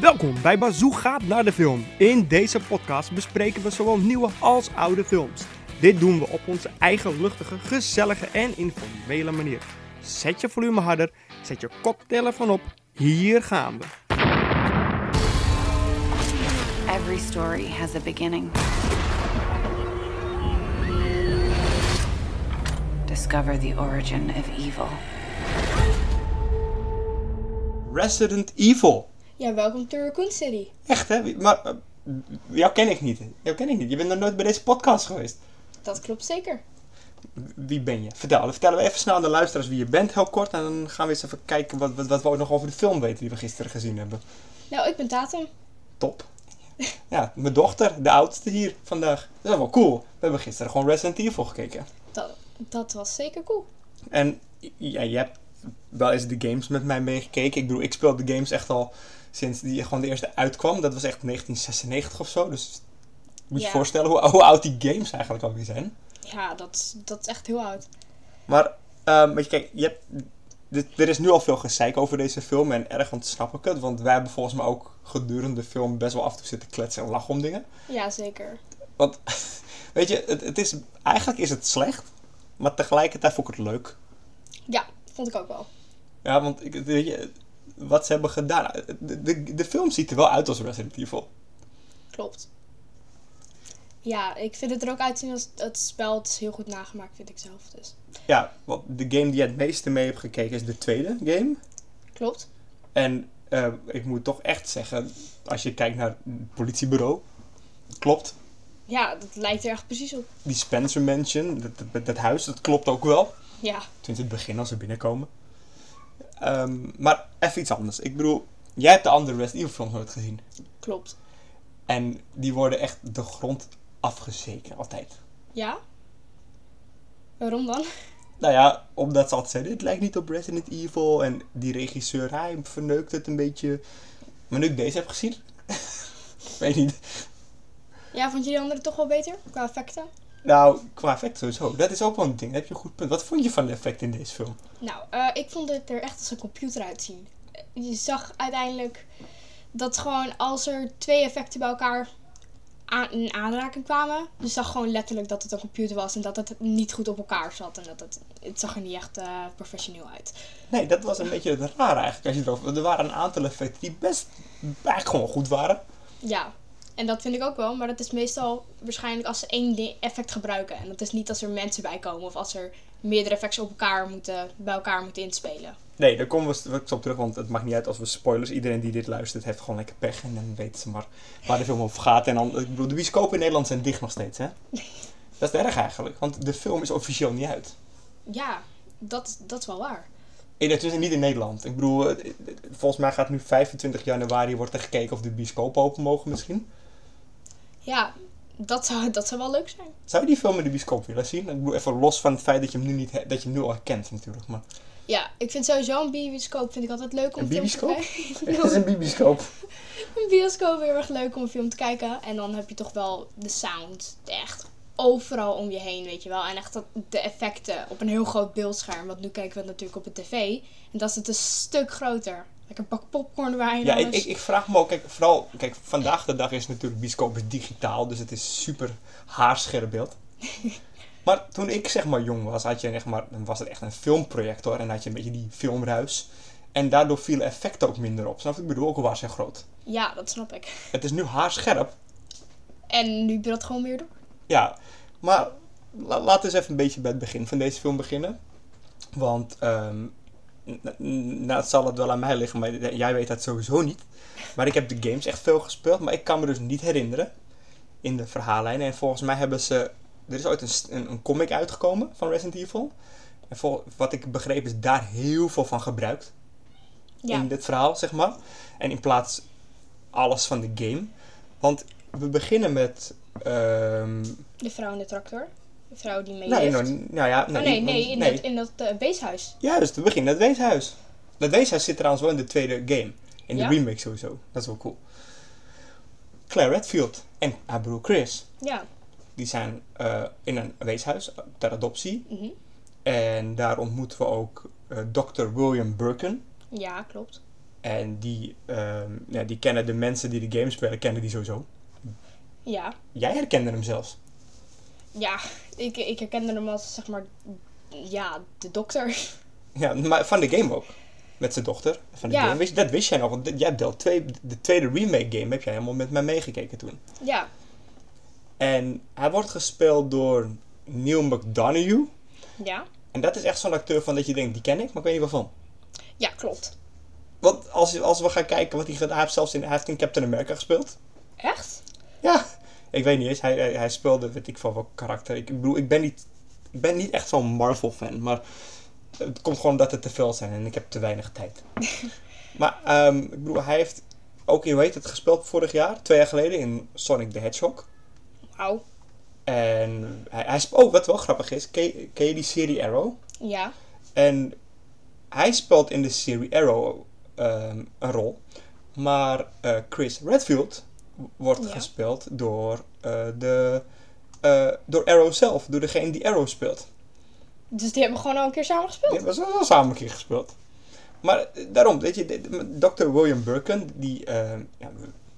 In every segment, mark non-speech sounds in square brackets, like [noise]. Welkom bij Bazoo gaat naar de film. In deze podcast bespreken we zowel nieuwe als oude films. Dit doen we op onze eigen luchtige, gezellige en informele manier. Zet je volume harder, zet je koptelefoon op. Hier gaan we. Every story has a beginning. Discover the origin of evil. Resident Evil. Ja, welkom to Raccoon City. Echt hè? Wie- Maar eh, jou ken ik niet. Jou ken ik niet. Je bent nog nooit bij deze podcast geweest. Dat klopt zeker. Wie ben je? Vertel. Dan vertellen we even snel aan de luisteraars wie je bent, heel kort. En dan gaan we eens even kijken wat, wat, wat we ook nog over de film weten die we gisteren gezien hebben. Nou, ik ben Tatum. Top. Ja, mijn dochter, de oudste hier vandaag. Dat is wel cool. We hebben gisteren gewoon Resident Evil gekeken. Dat, dat was zeker cool. En ja, je hebt wel eens de games met mij meegekeken. Ik bedoel, ik speel de games echt al sinds die gewoon de eerste uitkwam. Dat was echt 1996 of zo. Dus moet je Ja. je voorstellen hoe, hoe oud die games eigenlijk alweer zijn. Ja, dat, dat is echt heel oud. Maar, ehm weet je, kijk, je hebt, dit- er is nu al veel gezeik over deze film. En ergens snap ik het. Want wij hebben volgens mij ook gedurende de film best wel af en toe zitten kletsen en lachen om dingen. Ja, zeker. Want, [laughs] weet je, het, het is, eigenlijk is het slecht, maar tegelijkertijd vond ik het leuk. Ja, vond ik ook wel. Ja, want ik, weet je, wat ze hebben gedaan. De, de, de film ziet er wel uit als Resident Evil. Klopt. Ja, ik vind het er ook uitzien als het spel. Het is heel goed nagemaakt, vind ik zelf. Dus. Ja, want de game die je het meeste mee hebt gekeken is de tweede game. Klopt. En eh, ik moet toch echt zeggen, als je kijkt naar het politiebureau, klopt. Ja, dat lijkt er echt precies op. Die Spencer Mansion, dat, dat, dat huis, dat klopt ook wel. Ja, Sinds het begin als ze binnenkomen. Ehm, maar even iets anders. Ik bedoel, jij hebt de andere Resident Evil films nooit gezien. klopt. En die worden echt de grond afgezeken, altijd. Ja? Waarom dan? Nou ja, omdat ze altijd zeiden, het lijkt niet op Resident Evil. En die regisseur, hij verneukt het een beetje. Maar nu ik deze heb gezien, [laughs] weet niet. Ja, vond je die andere toch wel beter? Qua effecten? Nou, qua effect sowieso. Dat is ook wel een ding. Daar heb je een goed punt. Wat vond je van de effect in deze film? Nou, eh, ik vond het er echt als een computer uitzien. Eh, Je zag uiteindelijk dat gewoon als er twee effecten bij elkaar aan, in aanraking kwamen, je zag gewoon letterlijk dat het een computer was en dat het niet goed op elkaar zat en dat het, het zag er niet echt eh, professioneel uit. Nee, dat was een beetje het raar eigenlijk. Als je erover, er waren een aantal effecten die best eigenlijk gewoon goed waren. Ja, en dat vind ik ook wel, maar dat is meestal waarschijnlijk als ze één di- effect gebruiken en dat is niet als er mensen bij komen of als er meerdere effects op elkaar moeten, bij elkaar moeten inspelen. Nee, daar komen we straks op terug, want het maakt niet uit als we spoilers. Iedereen die dit luistert heeft gewoon lekker pech en dan weten ze maar waar de film over gaat. En dan, ik bedoel, de bioscopen in Nederland zijn dicht nog steeds, hè? Dat is erg eigenlijk, want de film is officieel niet uit. Ja, dat, dat is wel waar. In, het is niet in Nederland. Ik bedoel, het- het- het- volgens mij gaat nu 25 januari wordt er gekeken of de bioscopen open mogen misschien. Ja, dat zou, dat zou wel leuk zijn. Zou je die film in de bioscoop willen zien? Ik bedoel, even los van het feit dat je hem nu, niet, he- dat je hem nu al herkent natuurlijk. Maar Ja, ik vind sowieso een bioscoop vind ik altijd leuk om Een film te bioscoop? [laughs] kijken. [laughs] het is een bioscoop. een bioscoop heel erg leuk om film te kijken. En dan heb je toch wel de sound echt overal om je heen, weet je wel. En echt dat, de effecten op een heel groot beeldscherm. Want nu kijken we het natuurlijk op de tv. En dat is het een stuk groter. Lekker pak popcorn erbij en Ja, ik, alles. ik, ik vraag me ook, kijk, vooral, kijk, vandaag de dag is natuurlijk bioscoop is digitaal, dus het is super haarscherp beeld. maar toen ik zeg maar jong was, had je echt maar, dan was het echt een filmprojector en had je een beetje die filmruis. En daardoor vielen effecten ook minder op. Snap je? Ik bedoel, ook al waren ze groot. Ja, dat snap ik. Het is nu haarscherp, En nu ben dat gewoon weer door. ja. Maar la- laten we eens even een beetje bij het begin van deze film beginnen. Want, ehm na- nou, het zal het wel aan mij liggen, maar jij weet dat sowieso niet. Maar ik heb de games echt veel gespeeld, maar ik kan me dus niet herinneren in de verhaallijnen. En volgens mij hebben ze. Er is ooit een, st- een, een comic uitgekomen van Resident Evil. En vol, wat ik begreep is daar heel veel van gebruikt Ja, in dit verhaal, zeg maar. En in plaats alles van de game. Want we beginnen met. ehm de vrouw in de tractor. De vrouw die mee nee, leeft. nou, nou ja, Oh, nee, nee, in nee. dat, in dat eh, weeshuis. Juist, we beginnen met het weeshuis. Dat weeshuis zit trouwens wel in de tweede game. In de Ja? remake sowieso. Dat is wel cool. Claire Redfield en haar broer Chris. Ja. Die zijn eh, in een weeshuis ter adoptie. Mhm. En daar ontmoeten we ook eh Dr. William Birkin. Ja, klopt. En die, ehm, ja, die kennen de mensen die de game spelen, kennen die sowieso. Ja. Jij herkende hem zelfs. Ja, ik, ik herkende hem als, zeg maar, ja, de dokter. [laughs] Ja, maar van de game ook. Met zijn dochter. Van de Ja. game. Wist, dat wist jij nog, want jij hebt deel twee, de tweede remake game heb jij helemaal met mij meegekeken toen. Ja, En hij wordt gespeeld door Neil McDonough. ja. En dat is echt zo'n acteur van dat je denkt, die ken ik, maar ik weet niet waarvan. Ja, klopt. Want als, als we gaan kijken wat hij gedaan hij heeft, zelfs in, hij heeft in Captain America gespeeld. Echt? Ja, ik weet niet eens. Hij, hij, hij speelde, weet ik van welk karakter. Ik bedoel, ik ben niet, ik ben niet echt zo'n Marvel-fan, maar het komt gewoon dat het te veel zijn en ik heb te weinig tijd. maar ehm, ik bedoel, hij heeft ook, in, hoe heet het, gespeeld vorig jaar, twee jaar geleden in Sonic the Hedgehog. Wauw. En hij, hij sp- oh, wat wel grappig is, ken, ken je die serie Arrow? Ja. En hij speelt in de serie Arrow ehm, een rol. Maar eh, Chris Redfield wordt Ja. gespeeld door, eh, de, eh, door Arrow zelf. Door degene die Arrow speelt. Dus die hebben gewoon al een keer samen gespeeld. Die hebben ze wel samen een keer gespeeld. Maar eh, daarom, weet je, dit- Dr. William Birkin, die, ehm, ja,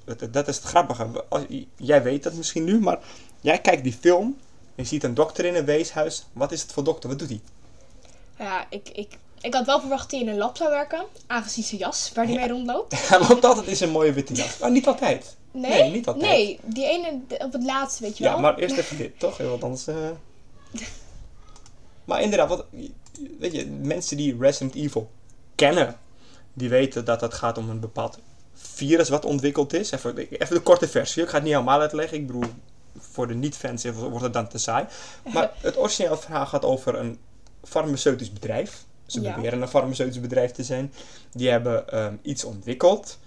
dat- dat is het grappige. Als, jij weet dat misschien nu, maar jij kijkt die film. Je ziet een dokter in een weeshuis. Wat is het voor dokter? Wat doet hij? Ja, ik, ik, ik had wel verwacht dat hij in een lab zou werken. Aangezien zijn jas, waar hij mee [laughs] rondloopt. Hij loopt altijd in zijn mooie witte jas. Oh, niet altijd. Nee? niet altijd. Nee, die ene de- op het laatste, weet je wel. Ja, maar eerst even dit, toch? Want anders... eh. Maar inderdaad, wat, weet je, mensen die Resident Evil kennen, die weten dat het gaat om een bepaald virus wat ontwikkeld is. Even, even de korte versie, ik ga het niet helemaal uitleggen. Ik bedoel, voor de niet-fans wordt het dan te saai. Maar het origineel verhaal gaat over een farmaceutisch bedrijf. Ze Ja. beweren een farmaceutisch bedrijf te zijn. Die hebben ehm, iets ontwikkeld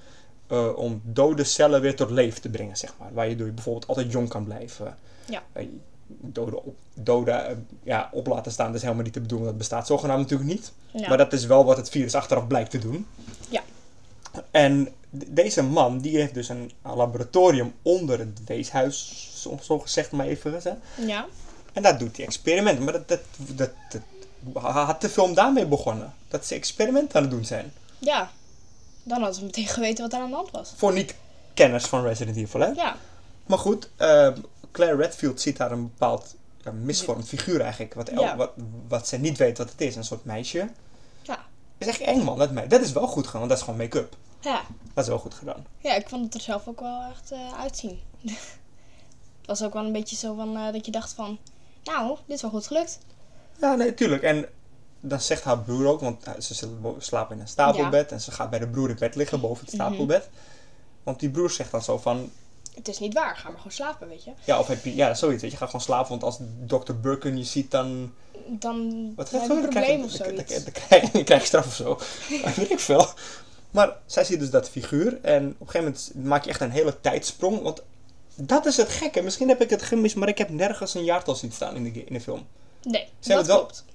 eh, om dode cellen weer tot leven te brengen, zeg maar. Waardoor je bijvoorbeeld altijd jong kan blijven. Ja. Eh, Doden, op, doden eh, ja, op laten staan, dat is helemaal niet te bedoelen. Dat bestaat zogenaamd natuurlijk niet. Ja. Maar dat is wel wat het virus achteraf blijkt te doen. Ja. En d- deze man, die heeft dus een laboratorium onder het weeshuis, zo, zo gezegd maar even. Hè? Ja. En dat doet hij experimenten. Maar dat, dat, dat, dat- had de film daarmee begonnen. Dat ze experimenten aan het doen zijn. Ja. Dan hadden ze meteen geweten wat er aan de hand was. Voor niet-kenners van Resident Evil, hè? Ja. Maar goed, ehm, Claire Redfield ziet daar een bepaald ja, misvormd figuur eigenlijk. Wat, el- Ja. wat, wat ze niet weet wat het is. Een soort meisje. Ja. Dat is echt eng, man. Dat, me- dat is wel goed gedaan, want dat is gewoon make-up. Ja. Dat is wel goed gedaan. Ja, ik vond het er zelf ook wel echt eh, uitzien. [laughs] het was ook wel een beetje zo van eh, dat je dacht van, nou, dit is wel goed gelukt. Ja, nee, tuurlijk. En dan zegt haar broer ook, want eh, ze sl- wo- slapen in een stapelbed. En ze gaat bij de broer in bed liggen, boven het stapelbed. Want die broer zegt dan zo van, Het is niet waar, ga maar gewoon slapen, weet je. Ja, of heb je, ja, zoiets. Weet je, ga gewoon slapen, want als Dr. Burken je ziet, dan. Dan Wat heb gaat je een probleem of Dan, dan, zoiets. dan, krijg, dan krijg je straf of [laughs] zo. Dat weet ik veel. Maar zij ziet dus dat figuur en op een gegeven moment maak je echt een hele tijdsprong. Want dat is het gekke. Misschien heb ik het gemist, maar ik heb nergens een jaartal zien staan in de, ge- in de film. Nee, Ze hebben het dat wel- klopt.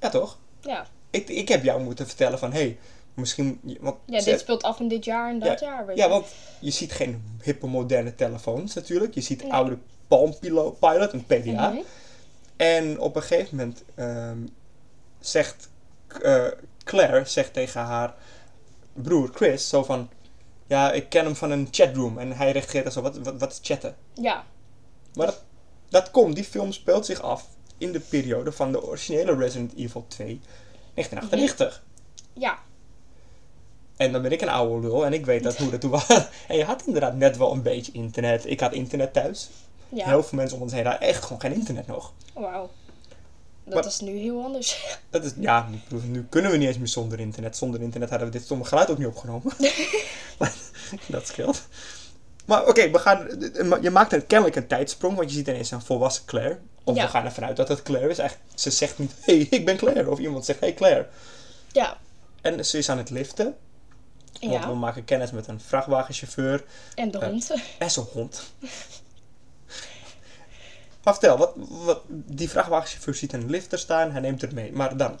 Ja, toch? Ja. Ik, ik heb jou moeten vertellen van hé, hey, misschien. Want ja, ze- dit speelt af in dit jaar en dat jaar, weet je. ja, want je ziet geen hippe moderne telefoons natuurlijk. Je ziet Nee. oude Palm Pilo- Pilot, een PDA. Mhm. En op een gegeven moment ehm, zegt eh, Claire zegt tegen haar broer Chris zo van... Ja, ik ken hem van een chatroom. En hij reageert dan zo, wat, wat, wat is chatten? Ja, Maar dat, dat komt, die film speelt zich af in de periode van de originele Resident Evil 2, 1998. ja, En dan ben ik een oude lul en ik weet dat hoe dat toen was. [laughs] En je had inderdaad net wel een beetje internet. Ik had internet thuis. ja. Heel veel mensen om ons heen hadden echt gewoon geen internet nog. Wauw. Dat Maar- is nu heel anders. [laughs] Dat is, ja, ik bedoel, nu kunnen we niet eens meer zonder internet. Zonder internet hadden we dit stomme geluid ook niet [laughs] opgenomen. Maar dat scheelt. Maar oké, we gaan. Je maakt een, kennelijk een tijdsprong, want je ziet ineens een volwassen Claire. Of Ja. we gaan ervan uit dat het Claire is. Echt, ze zegt niet, hé, hey, ik ben Claire. Of iemand zegt, hé, hey, Claire. ja, En ze is aan het liften, want we ja. maken kennis met een vrachtwagenchauffeur En de eh, hond. en zijn [laughs] hond. maar vertel, wat, wat, die vrachtwagenchauffeur ziet een lifter staan, hij neemt het mee. Maar dan,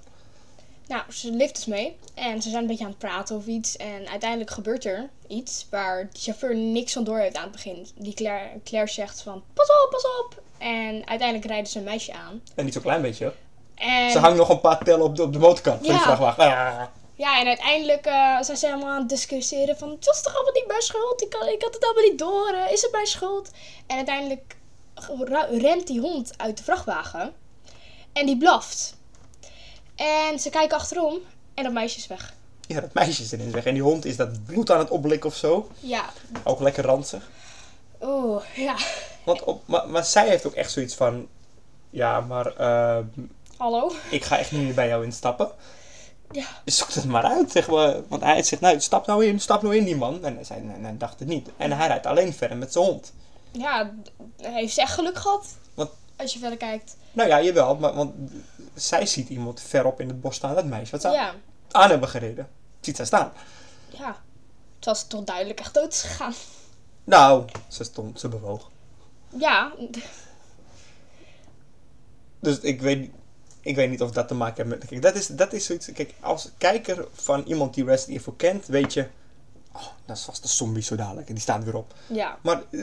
Nou, ze lift dus mee en ze zijn een beetje aan het praten of iets. En uiteindelijk gebeurt er iets waar de chauffeur niks van door heeft aan het begin. Die Claire, Claire zegt van, pas op, pas op. En uiteindelijk rijden ze een meisje aan. en niet zo'n klein beetje hoor. En Ze hangt nog een paar tellen op de, op de motorkant van die Ja. vrachtwagen. Ah. Ja, en uiteindelijk eh, zijn ze helemaal aan het discussiëren van... Het was toch allemaal niet mijn schuld? Ik, kan- ik had het allemaal niet door. eh, is het mijn schuld? En uiteindelijk ra- rent die hond uit de vrachtwagen. En die blaft. En ze kijken achterom en dat meisje is weg. Ja, dat meisje is erin weg. En die hond is dat bloed aan het opblikken of zo. Ja. Ook lekker ranzig. Oeh, ja. Want op, maar, maar zij heeft ook echt zoiets van... Ja, maar ehm, Hallo. ik ga echt niet meer bij jou instappen. Dus Ja. Zoek het maar uit, zeg maar. Want hij zegt, nou, stap nou in, stap nou in, die man. En hij zei, nee, nee, dacht het niet. En hij rijdt alleen verder met zijn hond. Ja, heeft ze echt geluk gehad? Wat? Als je verder kijkt. Nou ja, jawel, maar, want zij ziet iemand verop in het bos staan, dat meisje. Wat ze Ja. aan hebben gereden. Ziet zij staan. Ja. Terwijl ze toch duidelijk echt dood is gegaan. Nou, ze stond, ze bewoog. Ja. Dus ik weet, ik weet niet of dat te maken heeft met... Kijk, dat is, dat is zoiets... Kijk, als kijker van iemand die Resident Evil kent, weet je... Oh, dat is vast een zombie zo dadelijk. En die staat weer op. Ja. Maar eh,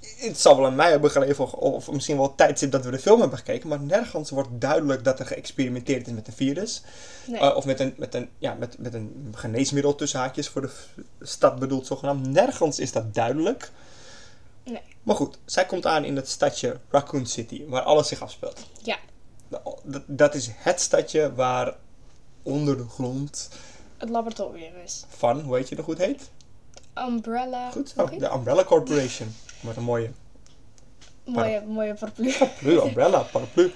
het zal wel aan mij hebben gelegen, of, of misschien wel het tijdstip dat we de film hebben gekeken, maar nergens wordt duidelijk dat er geëxperimenteerd is met een virus. Nee. Eh, of met een, met, een, ja, met, met een geneesmiddel tussen haakjes voor de v- stad bedoeld zogenaamd. Nergens is dat duidelijk. Nee. Maar goed, zij komt aan in het stadje Raccoon City, waar alles zich afspeelt. Ja. Nou, Dat, dat is het stadje waar onder de grond Het laboratorium is. van, hoe heet je dat goed heet? Umbrella. Goed zo, Oké. de Umbrella Corporation. Met een mooie Mooie, mooie [laughs] paraplu. Paraplu, umbrella, paraplu.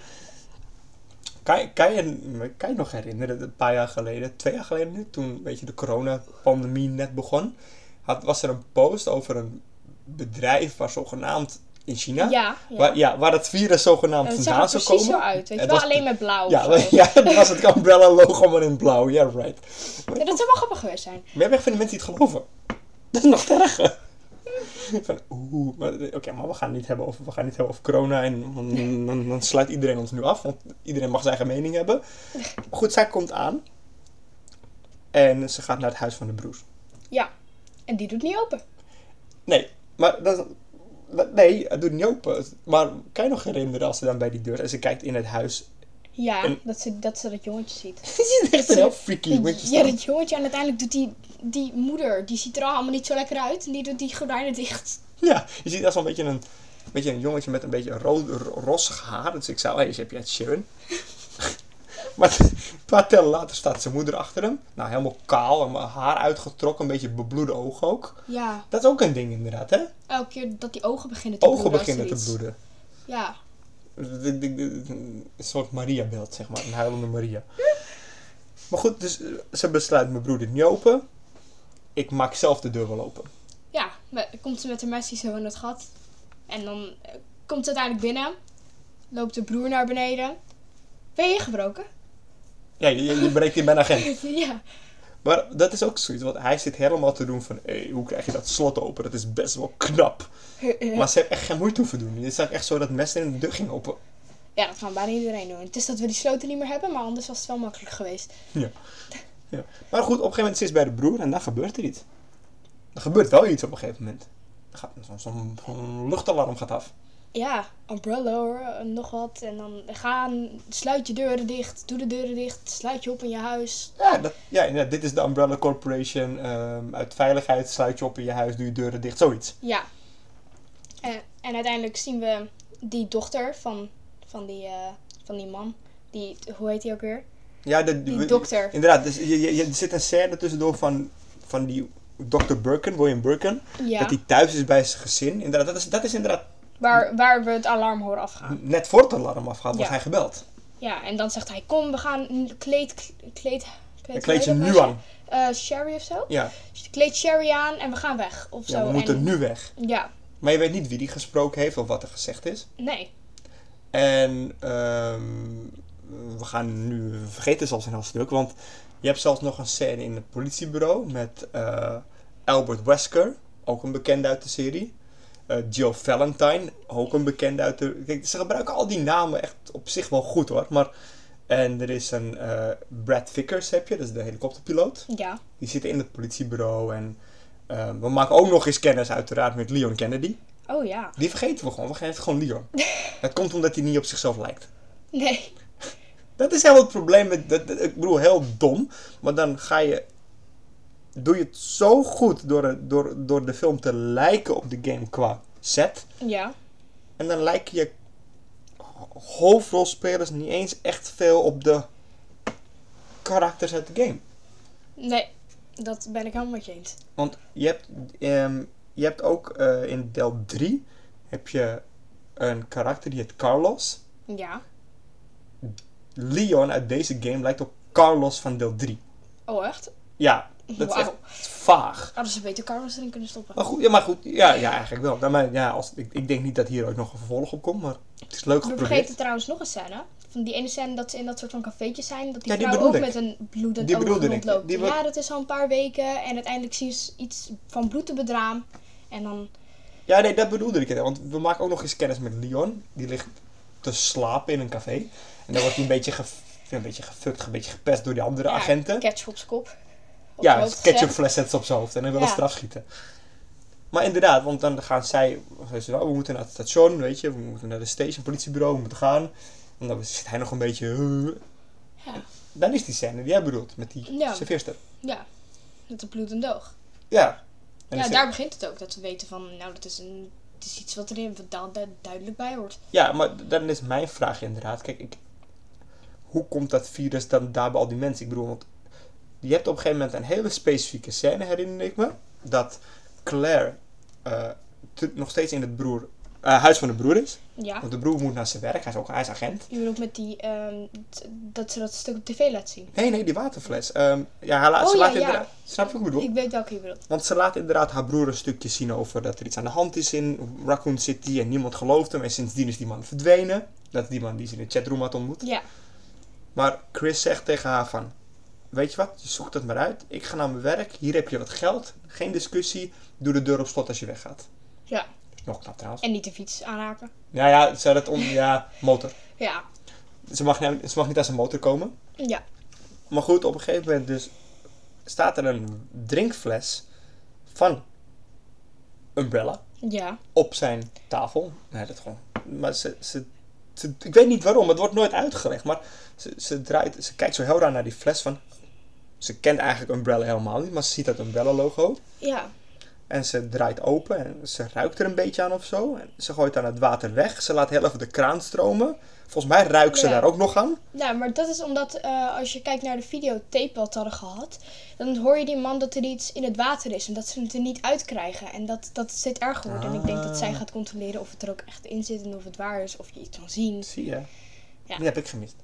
Kan, je- kan, je, kan je nog herinneren, een paar jaar geleden, twee jaar geleden nu, toen weet je, de coronapandemie net begon, had, was er een post over een bedrijf waar zogenaamd in China, Ja, ja. Eh, Waar, ja, waar het virus zogenaamd Het zag er vandaan zou precies komen. zo uit. Weet je Het wel, was- alleen met blauw. Ja, of [laughs] zo. ja, dat was het umbrella logo maar in blauw, ja right. Ja, dat zou wel grappig geweest zijn. Maar je hebt echt van die mensen die het geloven. Dat is nog erger. Van, oeh, maar, eh, oké, maar we gaan, het niet hebben over, we gaan het niet hebben over corona en dan, dan, dan sluit iedereen ons nu af, want iedereen mag zijn eigen mening hebben. Maar goed, zij komt aan en ze gaat naar het huis van de broers. Ja. En die doet niet open. Nee, maar dat, dat- nee, het doet niet open. Maar kan je nog herinneren als ze dan bij die deur en ze kijkt in het huis? [laughs] Ja, En- dat, ze, dat ze dat jongetje ziet. Het is echt [laughs] een heel freaky windje Ja, staan. dat jongetje. En uiteindelijk doet die, die moeder, die ziet er al allemaal niet zo lekker uit. En die doet die gordijnen dicht. [laughs] Ja, je ziet daar zo'n beetje een, beetje een jongetje met een beetje rood, ro- rossig haar. Dus ik zou, hé, hey, heb je het Sharon? [laughs] maar een paar tellen later staat zijn moeder achter hem. Nou, helemaal kaal, helemaal haar uitgetrokken, een beetje bebloede ogen ook. Ja. Dat is ook een ding inderdaad, hè? Elke keer dat die ogen beginnen te Ogen bloeden als beginnen er te iets- bloeden. Ja. D- d- d- Een soort Maria-beeld, zeg maar. Een huilende Maria. Maar goed, dus eh, ze besluit mijn broer dit niet open. Ik maak zelf de deur wel open. Ja, maar dan komt ze met haar mes die zo in het gat. En dan eh, komt ze uiteindelijk binnen. Loopt de broer naar beneden. Ben je ingebroken? [laughs] Ja, je, je je breekt in mijn agent. ja. Maar dat is ook zoiets, want hij zit helemaal te doen van, hé, hoe krijg je dat slot open? Dat is best wel knap. Maar ze heeft echt geen moeite hoeven doen. Het is echt zo dat mes in de deur ging open. Ja, dat gaan bijna iedereen doen. Het is dat we die sloten niet meer hebben, maar anders was het wel makkelijk geweest. Ja. ja. Maar goed, op een gegeven moment zit ze bij de broer en dan gebeurt er iets. Er gebeurt wel iets op een gegeven moment. Er gaat- Zo'n zo'n- zo'n luchtalarm gaat af. Ja, umbrella hoor, en nog wat. En dan gaan, sluit je deuren dicht, doe de deuren dicht, sluit je op in je huis. Ja, dat, ja, inderdaad, dit is de Umbrella Corporation. ehm, uit veiligheid sluit je op in je huis, doe je deuren dicht, zoiets. Ja. En, en uiteindelijk zien we die dochter van, van, die, eh, van die man. Die, hoe heet die ook weer? Ja, de, Die dokter. Inderdaad, dus je, je, je- er zit een scène tussendoor van, van die Dr. Birkin, William Birkin. Ja. Dat hij thuis is bij zijn gezin. Inderdaad, dat is, dat is inderdaad Waar, waar we het alarm horen afgaan. net voor het alarm afgaat, wordt Ja. hij gebeld. Ja, en dan zegt hij: Kom, we gaan een kleed. Kleed, kleed, Hij kleedt je hoe heet nu dat aan. meisje? Eh, Sherry of zo? Ja, Kleed Sherry aan en we gaan weg. Of ja zo. we moeten en, nu weg. Ja, Maar je weet niet wie die gesproken heeft of wat er gezegd is. nee. En ehm, we gaan nu vergeten zelfs een heel stuk, want je hebt zelfs nog een scène in het politiebureau met eh, Albert Wesker, ook een bekende uit de serie. Eh Jill Valentine, ook een bekende uit de... Kijk, ze gebruiken al die namen echt op zich wel goed hoor, maar... En er is een eh, Brad Vickers heb je, dat is de helikopterpiloot. Ja, Die zitten in het politiebureau en eh, we maken ook nog eens kennis uiteraard met Leon Kennedy. oh ja. Die vergeten we gewoon, we geven gewoon Leon. dat komt omdat hij niet op zichzelf lijkt. Nee. Dat is helemaal het probleem. Met, dat, dat- ik bedoel, heel dom. Want dan ga je... Doe je het zo goed door, het- door, door de film te lijken op de game qua set. Ja. En dan lijken je hoofdrolspelers niet eens echt veel op de karakters uit de game. Nee, dat ben ik helemaal met je eens. Want je hebt, ehm, je hebt ook eh, in deel 3 heb je een karakter die heet Carlos. Ja. Leon uit deze game lijkt op Carlos van deel 3. Oh, echt? Ja, dat is echt Wauw. vaag. Hadden ze beter Carlos erin kunnen stoppen. Maar goed, ja, maar goed, ja, ja eigenlijk wel. Nou, maar, ja, als, ik, ik denk niet dat hier ook nog een vervolg op komt, maar het is leuk We geprobeerd. vergeten trouwens nog een scène. Van die ene scène dat ze in dat soort van cafeetje zijn. Dat die Ja, die vrouw ook bedoel ik. met een bloedend Die oog bedoelde ik. rondloopt. Die be- ja, dat is al een paar weken. En uiteindelijk zien ze iets van bloed op het raam. En dan... Ja, nee, dat bedoelde ik. hè, Want we maken ook nog eens kennis met Leon. Die ligt te slapen in een café. En dan wordt hij een beetje, ge, een beetje gefukt, een beetje gepest door die andere ja, agenten. Ketchup op zijn kop. Op Ja, zijn een hoofd gezet. ketchupfles zet ze op zijn hoofd en dan willen ze Ja. eraf schieten. Maar inderdaad, want dan gaan zij, zij zeggen, "Oh, we moeten naar het station, weet je, we moeten naar de station, politiebureau, we moeten gaan. En dan zit hij nog een beetje... eh. Ja. Dan is die scène die jij bedoelt, met die Ja. serveerster. Ja, met een bloedend oog. Ja. En Ja, dan daar begint het ook. Dat we weten van, nou, dat is, een, het is iets wat er duidelijk bij hoort. Ja, maar dan is mijn vraag inderdaad. Kijk, ik, hoe komt dat virus dan daar bij al die mensen? Ik bedoel, want je hebt op een gegeven moment een hele specifieke scène, herinner ik me. Dat Claire eh, te- nog steeds in het broer, eh, huis van de broer is. Ja. Want de broer moet naar zijn werk, hij is ook hij is agent. Je bedoelt met die, ehm, t- dat ze dat stuk op tv laat zien. Nee, nee, die waterfles. Ehm, ja, hij la- Oh, ze ja, laat ja. inderdaad... Snap je wat ik bedoel? Ik weet welke je bedoelt. Want ze laat inderdaad haar broer een stukje zien over dat er iets aan de hand is in Raccoon City. En niemand gelooft hem. En sindsdien is die man verdwenen. Dat is die man die ze in de chatroom had ontmoet. Ja, Maar Chris zegt tegen haar van... Weet je wat, je zoekt het maar uit. Ik ga naar mijn werk. Hier heb je wat geld. Geen discussie. Doe de deur op slot als je weggaat. ja. Nog knap trouwens. En niet de fiets aanraken. Ja, ja, ze had het om... Ja, motor. Ja, Ze mag, niet- ze mag niet aan zijn motor komen. ja. Maar goed, op een gegeven moment dus... Staat er een drinkfles van Umbrella Ja, op zijn tafel. Nee, dat gewoon... Maar ze... ze ze- ik weet niet waarom, het wordt nooit uitgelegd, maar ze, ze, draait, ze kijkt zo heel raar naar die fles van... Ze kent eigenlijk Umbrella helemaal niet, maar ze ziet dat Umbrella-logo. ja. En ze draait open en ze ruikt er een beetje aan of zo. En ze gooit dan het water weg. Ze laat heel even de kraan stromen. Volgens mij ruikt ze Ja. daar ook nog aan. Nou, maar dat is omdat eh, als je kijkt naar de videotape wat ze hadden gehad, dan hoor je die man dat er iets in het water is en dat ze het er niet uitkrijgen. En dat, dat zit erger worden. En ik denk Ah. dat zij gaat controleren of het er ook echt in zit en of het waar is, of je iets kan zien. Zie je? Ja. Die heb ik [laughs] gemist.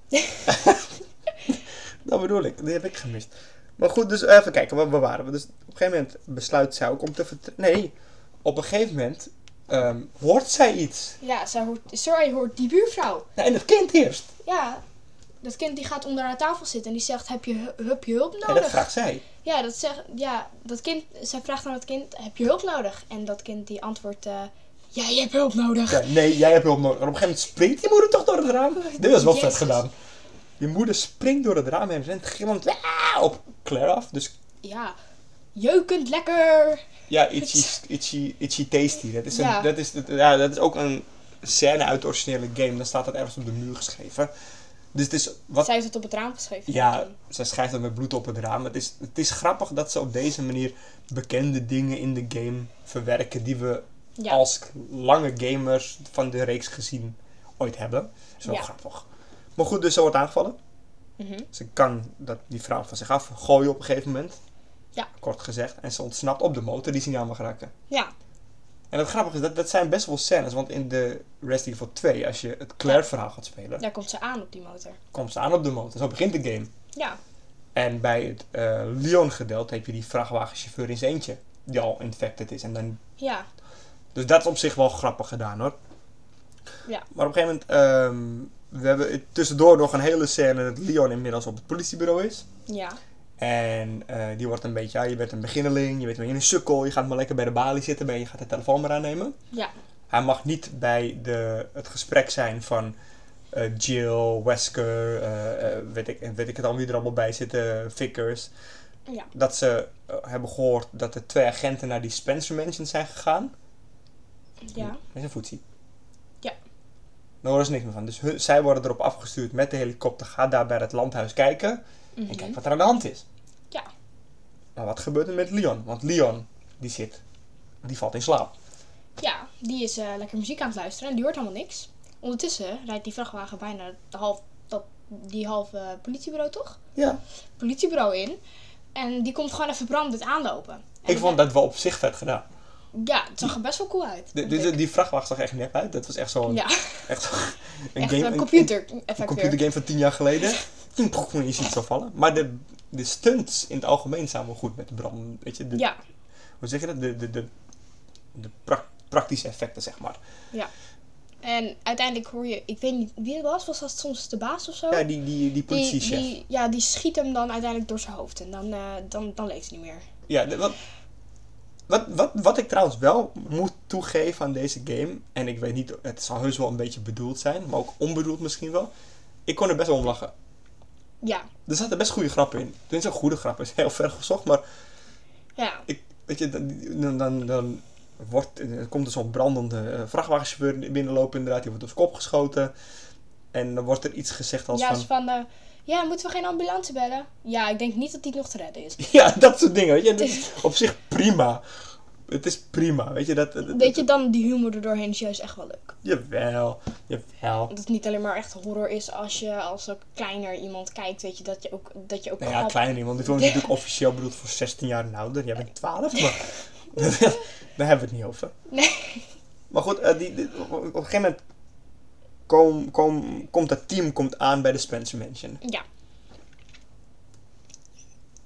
dat bedoel ik, die heb ik gemist. Maar goed, dus even kijken, waar, waar waren we? Dus op een gegeven moment besluit zij ook om te vertrekken. Nee, op een gegeven moment ehm, hoort zij iets. Ja, zij hoort, sorry, hoort die buurvrouw. Ja, en het kind eerst. Ja, dat kind die gaat onder haar tafel zitten en die zegt, heb je, hu- heb je hulp nodig? En dat vraagt zij. Ja, dat zegt, ja, dat kind, zij vraagt aan het kind, heb je hulp nodig? En dat kind die antwoordt, eh, ja, je hebt hulp nodig. Ja, nee, jij hebt hulp nodig. En op een gegeven moment springt je moeder toch door het raam. Dit was wel vet Oh, Jezus. gedaan. Je moeder springt door het raam en rent gillend "Ah!" op Claire af. Dus Ja, jeukend lekker. ja, itchy, itchy, itchy tasty. Dat is, een, Ja. dat, is, dat- ja, dat is ook een scène uit de originele game. Dan staat dat ergens op de muur geschreven. Dus het is wat... Zij heeft het op het raam geschreven. Ja, zij schrijft dat met bloed op het raam. Het is, het is grappig dat ze op deze manier bekende dingen in de game verwerken die we Ja. als lange gamers van de reeks gezien ooit hebben. Zo Ja. grappig. Maar goed, dus ze wordt aangevallen. Mhm. Ze kan dat, die vrouw van zich af gooien op een gegeven moment. Ja. Kort gezegd. En ze ontsnapt op de motor die ze niet aan mag raken. Ja, En het grappige is, dat, dat zijn best wel scènes. Want in de Resident Evil 2, als je het Claire verhaal gaat spelen, daar komt ze aan op die motor. komt ze aan op de motor. Zo begint de game. Ja, En bij het eh Lyon-gedeelte heb je die vrachtwagenchauffeur in zijn eentje. Die al infected is. En dan, ja, dus dat is op zich wel grappig gedaan hoor. Ja. Maar op een gegeven moment... ehm, we hebben het tussendoor nog een hele scène dat Leon inmiddels op het politiebureau is. ja. En eh, die wordt een beetje... Ja, je bent een beginneling. Je bent een beetje een sukkel. Je gaat maar lekker bij de balie zitten. Maar je gaat de telefoon maar aannemen. Ja, Hij mag niet bij de, het gesprek zijn van eh, Jill, Wesker, eh, eh, weet, ik, weet ik het al wie er allemaal bij zitten, Vickers. Ja. Dat ze eh, hebben gehoord dat er twee agenten naar die Spencer Mansion zijn gegaan. ja. Dat is een voetsie. Ja. Dan horen ze niks meer van. Dus hun- zij worden erop afgestuurd met de helikopter. Ga daar bij het landhuis kijken. Mhm. En kijk wat er aan de hand is. Ja. Maar wat gebeurt er met Leon? Want Leon, die zit, die valt in slaap. Ja, die is eh, lekker muziek aan het luisteren en die hoort helemaal niks. Ondertussen rijdt die vrachtwagen bijna de half, dat, die halve eh, politiebureau toch? Ja. Politiebureau in. En die komt gewoon even brandend aanlopen. En Ik vond dat wel op zich vet gedaan. Ja, het zag er best wel cool uit. De, vond de- de- ik. die vrachtwagen zag echt nep uit. Dat was echt zo'n... ja, Echt, zo'n- een echt game- een Een, computer een effect weer. computergame van tien jaar [laughs] geleden. Toen poef, je ziet het zo vallen. Maar de, de stunts in het algemeen zijn wel goed met de brand. Weet je, de, Ja, hoe zeg je dat? De, de, de, de pra- praktische effecten, zeg maar. Oh, en uiteindelijk hoor je, ik weet niet wie het was, was dat soms de baas of zo? Ja, die, die, die die, politiechef. die, ja, die schiet hem dan uiteindelijk door zijn hoofd en dan, eh, dan, dan leeft hij niet meer. Ja, de- wat, wat, wat, wat ik trouwens wel moet toegeven aan deze game, en ik weet niet, het zal heus wel een beetje bedoeld zijn, maar ook onbedoeld misschien wel. Ik kon er best wel om lachen. Ja, Er zaten best goede grappen in. Het is een goede grap, is heel ver gezocht, maar ja, ik, weet je, dan, dan, dan, dan wordt, er komt er zo'n brandende eh, vrachtwagenchauffeur binnenlopen, inderdaad, die wordt op zijn kop geschoten. En dan wordt er iets gezegd als ja, van. is van, eh, ja, moeten we geen ambulance bellen? Ja, ik denk niet dat die nog te redden is. [laughs] Ja, dat soort dingen. Weet je, dat is [laughs] op zich prima. Het is prima, weet je. Dat, dat- dat- Weet je, dan die humor er doorheen is juist echt wel leuk. Jawel, jawel. Dat het niet alleen maar echt horror is als je als ook kleiner iemand kijkt, weet je, dat je ook, dat je ook Nou ja, grappig- klein iemand. Die film is natuurlijk officieel bedoeld voor 16 jaar en ouder. Jij bent 12, [laughs] maar [laughs] daar hebben we het niet over. [laughs] Nee. Maar goed, eh, die, die- op een gegeven moment kom, kom, komt dat team komt aan bij de Spencer Mansion. Ja,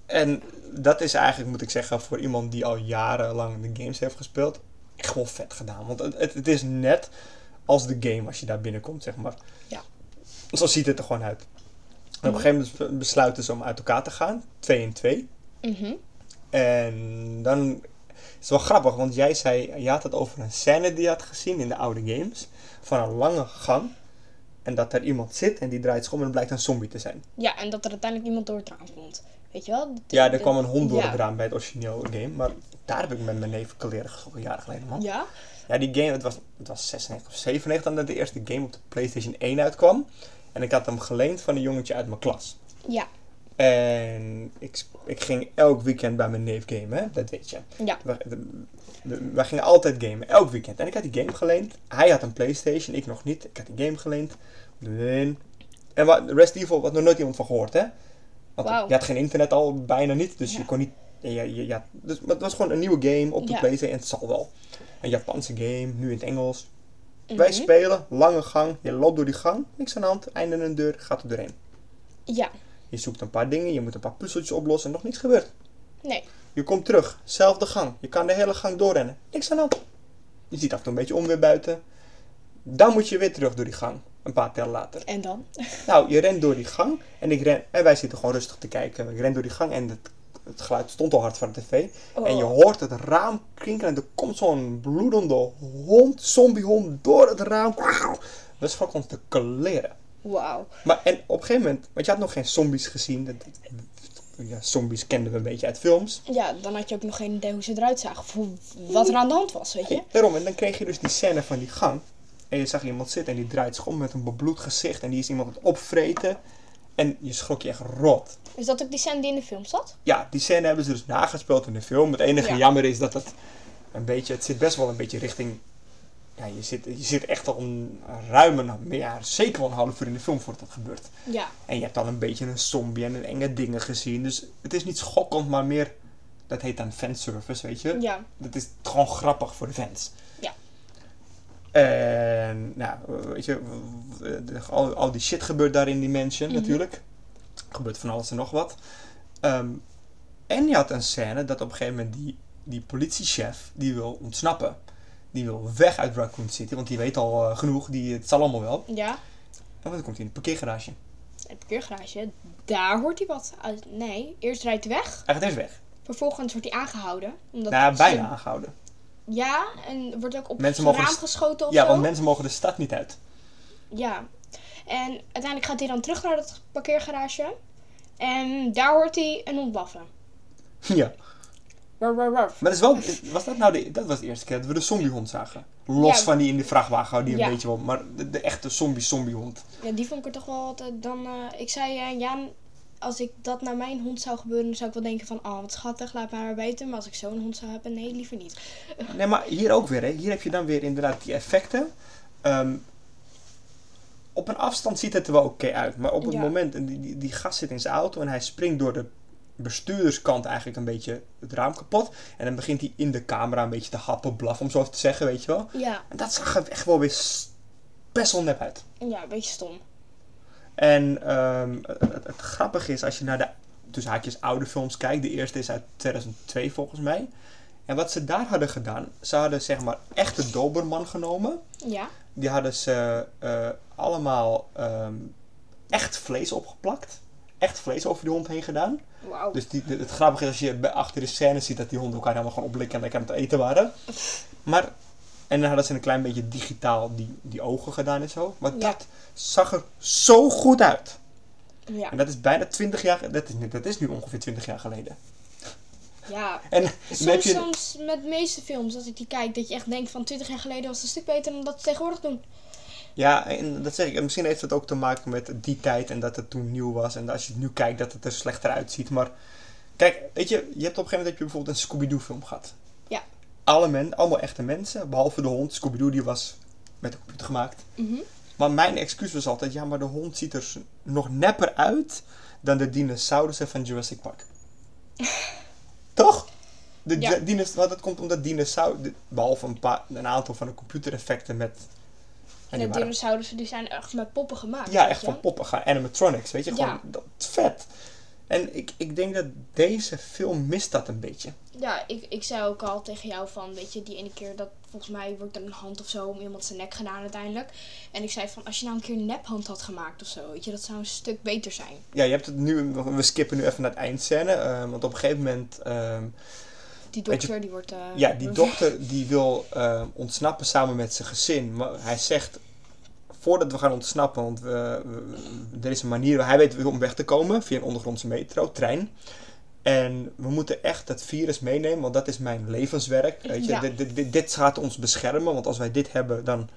En dat is eigenlijk, moet ik zeggen, voor iemand die al jarenlang de games heeft gespeeld, echt wel vet gedaan. Want het, het, het is net als de game als je daar binnenkomt, zeg maar. Ja. Zo ziet het er gewoon uit. En op een gegeven moment besluiten ze om uit elkaar te gaan, twee en twee. mhm. En dan het is wel grappig, want jij zei, je had het over een scène die je had gezien in de oude games. Van een lange gang. En dat er iemand zit en die draait zich om en het blijkt een zombie te zijn. ja, en dat er uiteindelijk iemand door het raam komt. Weet je wel? Ja, er kwam een hond door ja. het raam bij het origineel game. Maar daar heb ik met mijn neef kleren geschrokken, jaren geleden man. Ja, Ja, die game, het was, het was 96 of 97 dat de eerste game op de Playstation 1 uitkwam. En ik had hem geleend van een jongetje uit mijn klas. ja, En ik, sp- ik ging elk weekend bij mijn neef gamen, hè? dat weet je. ja, We- de- de- Wij gingen altijd gamen, elk weekend. En ik had die game geleend. Hij had een PlayStation, ik nog niet. Ik had die game geleend. Nee. En wat, Resident Evil had nog nooit iemand van gehoord, hè? Want Wauw. je had geen internet al bijna niet, dus Ja. je kon niet. Je, je, je had- dus, maar het was gewoon een nieuwe game op de Ja. PlayStation en het zal wel. Een Japanse game, nu in het Engels. Wij Mhm. spelen, lange gang. Je loopt door die gang, niks aan de hand, einde een deur, gaat er doorheen. ja. Je zoekt een paar dingen, je moet een paar puzzeltjes oplossen, nog niets gebeurd. Nee, Je komt terug, zelfde gang. Je kan de hele gang doorrennen. Niks aan de hand. Je ziet af en toe een beetje onweer buiten. Dan moet je weer terug door die gang. Een paar tellen later. en dan? Nou, je rent door die gang. En, ik ren, en wij zitten gewoon rustig te kijken. Ik ren door die gang en het, het geluid stond al hard van de tv. En je hoort het raam klinken. En er komt zo'n bloedende hond, zombiehond, door het raam. We schrokken ons te kleren. Wauw. Maar en op een gegeven moment, want je had nog geen zombies gezien. Dat, ja, zombies kenden we een beetje uit films. Ja, dan had je ook nog geen idee hoe ze eruit zagen. Of hoe, wat er aan de hand was, weet je? Daarom, en dan kreeg je dus die scène van die gang. En je zag iemand zitten en die draait zich om met een bebloed gezicht. En die is iemand aan het opvreten. En je schrok je echt rot. Is dat ook die scène die in de film zat? Ja, die scène hebben ze dus nagespeeld in de film. Het enige Ja. jammer is dat het een beetje... Het zit best wel een beetje richting... Ja, je zit, je zit echt al een ruim een, ja, zeker wel een half uur in de film voordat dat gebeurt. Ja, En je hebt al een beetje een zombie en een enge dingen gezien. Dus het is niet schokkend, maar meer... Dat heet dan fanservice, weet je? ja, Dat is gewoon grappig voor de fans. Ja. En, nou, weet je, w- w- de- al, al die shit gebeurt daar in die mansion Mhm. natuurlijk. Er gebeurt van alles en nog wat. Ehm, en je had een scène dat op een gegeven moment die, die politiechef, die wil ontsnappen. Die wil weg uit Raccoon City, want die weet al eh, genoeg, die, het zal allemaal wel. ja. En dan komt hij in de parkeergarage. Het parkeergarage, daar hoort hij wat uit. Nee, eerst rijdt hij weg. Hij gaat eerst weg. Vervolgens wordt hij aangehouden. Omdat nou, ze- bijna aangehouden. Ja, en wordt ook op Mensen zijn mogen raam s- geschoten of Ja, zo. want mensen mogen de stad niet uit. [laughs] Ja. En uiteindelijk gaat hij dan terug naar dat parkeergarage. En daar hoort hij een hond blaffen. ja. Ruff, ruff, ruff. Maar dat is wel, was dat nou de, dat was de eerste keer dat we de zombiehond zagen. Los Ja. van die in de vrachtwagen, die een Ja. beetje wel, maar de, de echte zombie-zombiehond. Ja, die vond ik er toch wel altijd. Dan, eh, ik zei, eh, Jaan, als ik dat naar mijn hond zou gebeuren, dan zou ik wel denken van, oh wat schattig, laat mij maar weten. Maar als ik zo'n hond zou hebben, nee, liever niet. Nee, maar hier ook weer, hè. Hier heb je dan weer inderdaad die effecten. Ehm, op een afstand ziet het er wel oké uit, maar op het Ja. moment, en die, die, die gast zit in zijn auto en hij springt door de bestuurderskant eigenlijk een beetje het raam kapot. En dan begint hij in de camera een beetje te happen, blaffen, om zo te zeggen, weet je wel. Ja, En dat zag er echt wel weer s- best wel nep uit. ja, een beetje stom. En ehm, het, het- het grappige is, als je naar de tussen haakjes oude films kijkt, de eerste is uit 2002 volgens mij. En wat ze daar hadden gedaan, ze hadden zeg maar echte Doberman genomen. Ja, Die hadden ze eh, allemaal ehm, echt vlees opgeplakt. Echt vlees over die hond heen gedaan. wauw. Dus die, de- het grappige is als je bij- achter de scène ziet dat die honden elkaar helemaal gewoon opblikken en lekker aan het eten waren. Maar, en dan hadden ze een klein beetje digitaal die, die ogen gedaan en zo. Maar Ja. dat zag er zo goed uit. Ja, En dat is bijna 20 jaar, dat is, nu- dat is nu ongeveer 20 jaar geleden. ja. En dan heb Soms, je- soms met de meeste films, als ik die kijk, dat je echt denkt van 20 jaar geleden was het een stuk beter dan dat ze tegenwoordig doen. Ja, en dat zeg ik. En misschien heeft het ook te maken met die tijd en dat het toen nieuw was. En als je het nu kijkt, dat het er slechter uitziet. Maar kijk, weet je, je hebt op een gegeven moment heb je bijvoorbeeld een Scooby-Doo film gehad. Ja. Alle men, allemaal echte mensen, behalve de hond. Scooby-Doo die was met de computer gemaakt. Mhm. Maar mijn excuus was altijd, ja, maar de hond ziet er nog nepper uit dan de dinosaurussen van Jurassic [laughs] Park. Toch? De Ja. ja. dat komt omdat dinosaurussen, behalve een, paar, een aantal van de computereffecten met... En die de waren- dinosaurussen die zijn echt met poppen gemaakt. ja, weet echt je van wel. poppen gaan, animatronics, weet je, gewoon Ja. dat is vet. En ik, ik denk dat deze film mist dat een beetje. Ja, ik, ik zei ook al tegen jou van, weet je, die ene keer dat volgens mij wordt er een hand of zo om iemand zijn nek gedaan uiteindelijk. En ik zei van, als je nou een keer een nephand had gemaakt of zo, weet je, dat zou een stuk beter zijn. Ja, je hebt het nu, we skippen nu even naar het eindscène, eh, want op een gegeven moment ehm, Die Weet je- dokter, die wordt... eh, Ja, die dokter die wil eh, ontsnappen samen met zijn gezin. Maar hij zegt, voordat we gaan ontsnappen, want we, we- er is een manier, hij weet om weg te komen via een ondergrondse metro, trein. En we moeten echt dat virus meenemen, want dat is mijn levenswerk. Weet je? Ja. Dit, dit, dit, dit gaat ons beschermen, want als wij dit hebben, dan...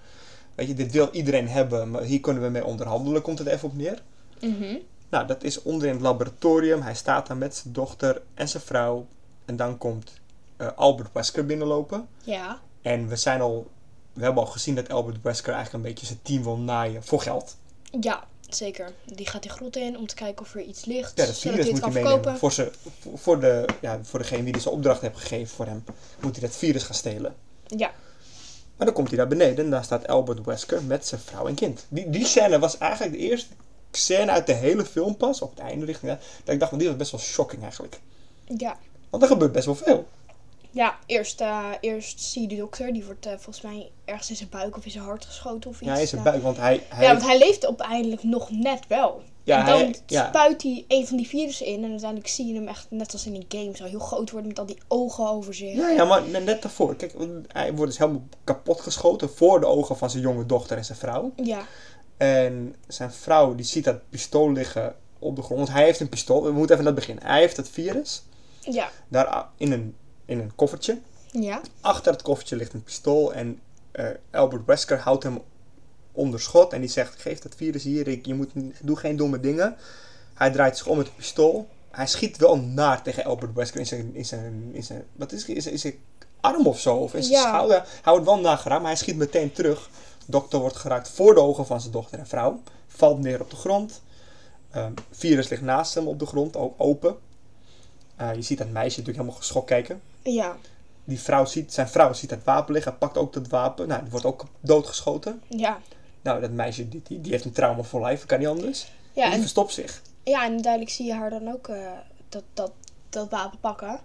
Weet je, dit wil iedereen hebben, maar hier kunnen we mee onderhandelen, komt het even op neer. Mhm. Nou, dat is onderin het laboratorium. Hij staat daar met zijn dochter en zijn vrouw. En dan komt eh, Albert Wesker binnenlopen. Ja, En we zijn al... We hebben al gezien dat Albert Wesker eigenlijk een beetje zijn team wil naaien voor geld. ja, zeker. Die gaat die grot in om te kijken of er iets ligt, Ja, dat zodat virus hij het moet kan hij meenemen. verkopen. Voor, ze, voor- voor, de, ja, voor degene die zijn opdracht heeft gegeven voor hem, moet hij dat virus gaan stelen. Ja, Maar dan komt hij daar beneden en daar staat Albert Wesker met zijn vrouw en kind. Die, die scène was eigenlijk de eerste scène uit de hele film pas, op het einde richting, dat ik dacht, van die was best wel shocking eigenlijk. ja. Want er gebeurt best wel veel. Ja, eerst, eh, eerst zie je de dokter. Die wordt eh, volgens mij ergens in zijn buik of in zijn hart geschoten of iets. Ja, hij is een Nou, buik, want hij... hij Ja, want hij leeft op eindelijk nog net wel. Ja, en dan hij- ja. spuit hij een van die virussen in. En uiteindelijk zie je hem echt net als in die game zo heel groot worden met al die ogen over zich. ja, ja, maar net daarvoor. Kijk, hij wordt dus helemaal kapot geschoten voor de ogen van zijn jonge dochter en zijn vrouw. Ja, En zijn vrouw, die ziet dat pistool liggen op de grond. Want hij heeft een pistool. We moeten even naar het begin. Hij heeft het virus. ja, Daar a- in een, in een koffertje. ja. Achter het koffertje ligt een pistool. En eh, Albert Wesker houdt hem onder schot. En die zegt, geef dat virus hier. Ik, je moet, niet- doe geen domme dingen. Hij draait zich om met het pistool. Hij schiet wel naar tegen Albert Wesker in zijn, in zijn, in zijn, wat is, het? in zijn, in zijn arm of zo. Of in zijn Ja. schouder. Hij houdt wel nageraakt, maar hij schiet meteen terug. Dokter wordt geraakt voor de ogen van zijn dochter en vrouw. Valt neer op de grond. Ehm, virus ligt naast hem op de grond, ook open. Eh, je ziet dat meisje natuurlijk helemaal geschokt kijken Ja, die vrouw ziet, zijn vrouw ziet dat wapen liggen, pakt ook dat wapen. Nou, die wordt ook doodgeschoten. ja. Nou, dat meisje, die, die, die heeft een trauma voor lijf, kan niet anders. En Ja, die en, verstopt zich. ja, en duidelijk zie je haar dan ook eh, dat, dat, dat wapen pakken.